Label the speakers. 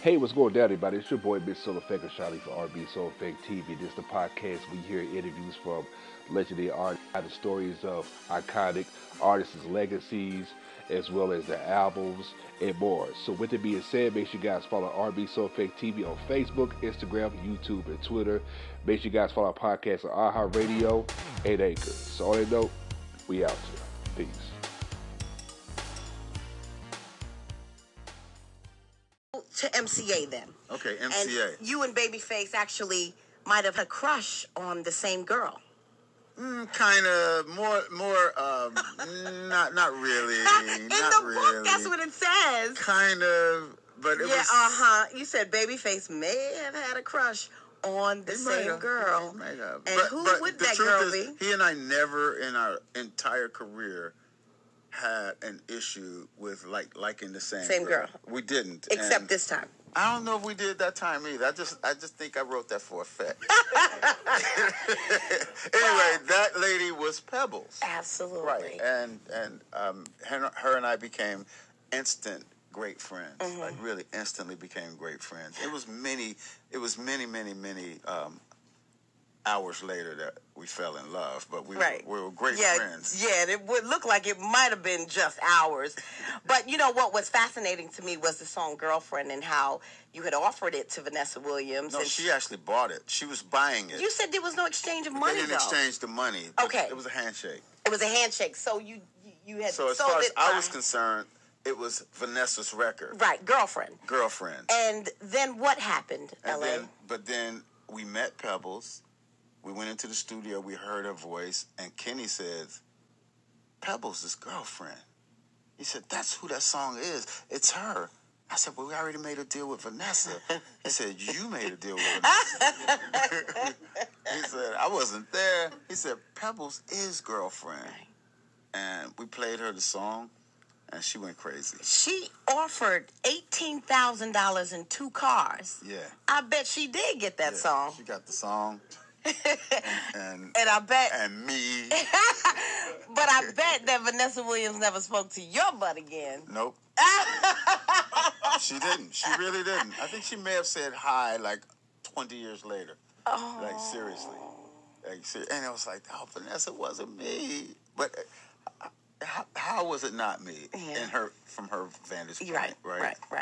Speaker 1: Hey, what's going down, everybody? It's your boy, Big Soul Effect, and Charlie for RB Soul Effect TV. This is the podcast we hear interviews from legendary artists, the stories of iconic artists' legacies, as well as their albums and more. So, with that being said, make sure you guys follow RB Soul Effect TV on Facebook, Instagram, YouTube, and Twitter. Make sure you guys follow our podcast on iHeartRadio and Anchor. So, on that note, we out here. Peace.
Speaker 2: to MCA then.
Speaker 3: Okay,
Speaker 2: And
Speaker 3: MCA.
Speaker 2: you and Babyface actually might have had a crush on the same girl.
Speaker 3: Mm, kind of more, more. Um, not, not really.
Speaker 2: In
Speaker 3: not
Speaker 2: the
Speaker 3: really.
Speaker 2: book, that's what it says.
Speaker 3: Kind of, but it
Speaker 2: yeah,
Speaker 3: was.
Speaker 2: uh huh. You said Babyface may have had a crush on the
Speaker 3: he might
Speaker 2: same
Speaker 3: have,
Speaker 2: girl.
Speaker 3: he might have.
Speaker 2: And
Speaker 3: But-
Speaker 2: who
Speaker 3: but
Speaker 2: would
Speaker 3: the
Speaker 2: that
Speaker 3: truth
Speaker 2: girl
Speaker 3: is,
Speaker 2: be?
Speaker 3: He and I never in our entire career had an issue with like liking the same
Speaker 2: Same girl.
Speaker 3: We didn't.
Speaker 2: Except
Speaker 3: and
Speaker 2: this time.
Speaker 3: I don't know if we did that time either. I just I just think I wrote that for effect. anyway, that lady was Pebbles.
Speaker 2: Absolutely.
Speaker 3: Right, and and um, her, her and I became instant great friends. Like
Speaker 2: Mm-hmm.
Speaker 3: really, instantly became great friends. It was many, it was many, many, many um, hours later that we fell in love. But we
Speaker 2: Right.
Speaker 3: were, we were great
Speaker 2: yeah,
Speaker 3: friends.
Speaker 2: Yeah, and it would look like it might have been just hours. but you know what was fascinating to me was the song Girlfriend and how you had offered it to Vanessa Williams.
Speaker 3: No,
Speaker 2: and
Speaker 3: she actually bought it. She was buying it.
Speaker 2: You said there was no exchange of
Speaker 3: they
Speaker 2: money
Speaker 3: didn't
Speaker 2: though.
Speaker 3: exchange the money. but
Speaker 2: Okay.
Speaker 3: it was a handshake.
Speaker 2: It was a handshake. So you you had
Speaker 3: So as
Speaker 2: sold
Speaker 3: far as
Speaker 2: it
Speaker 3: I
Speaker 2: by-
Speaker 3: was concerned, it was Vanessa's record,
Speaker 2: right girlfriend.
Speaker 3: girlfriend.
Speaker 2: And then what happened,
Speaker 3: And
Speaker 2: LA?
Speaker 3: then, but then we met Pebbles. We went into the studio. We heard her voice, and Kenny said, "Pebbles is girlfriend." He said, "That's who that song is. It's her." I said, "Well, we already made a deal with Vanessa." he said, "You made a deal with Vanessa." he said, "I wasn't there." He said, "Pebbles is girlfriend," and we played her the song, and she went crazy.
Speaker 2: she offered eighteen thousand dollars in two cars.
Speaker 3: Yeah.
Speaker 2: I bet she did get that
Speaker 3: Yeah,
Speaker 2: song.
Speaker 3: She got the song. and,
Speaker 2: And I bet-
Speaker 3: and me.
Speaker 2: But I bet that Vanessa Williams never spoke to your butt again.
Speaker 3: Nope. she didn't. She really didn't. I think she may have said hi like 20 years later. Like seriously. Like ser- and it was like, oh, Vanessa it wasn't me. But uh, how, how was it not me?
Speaker 2: Yeah.
Speaker 3: In her from her vantage point,
Speaker 2: You're right, right, right.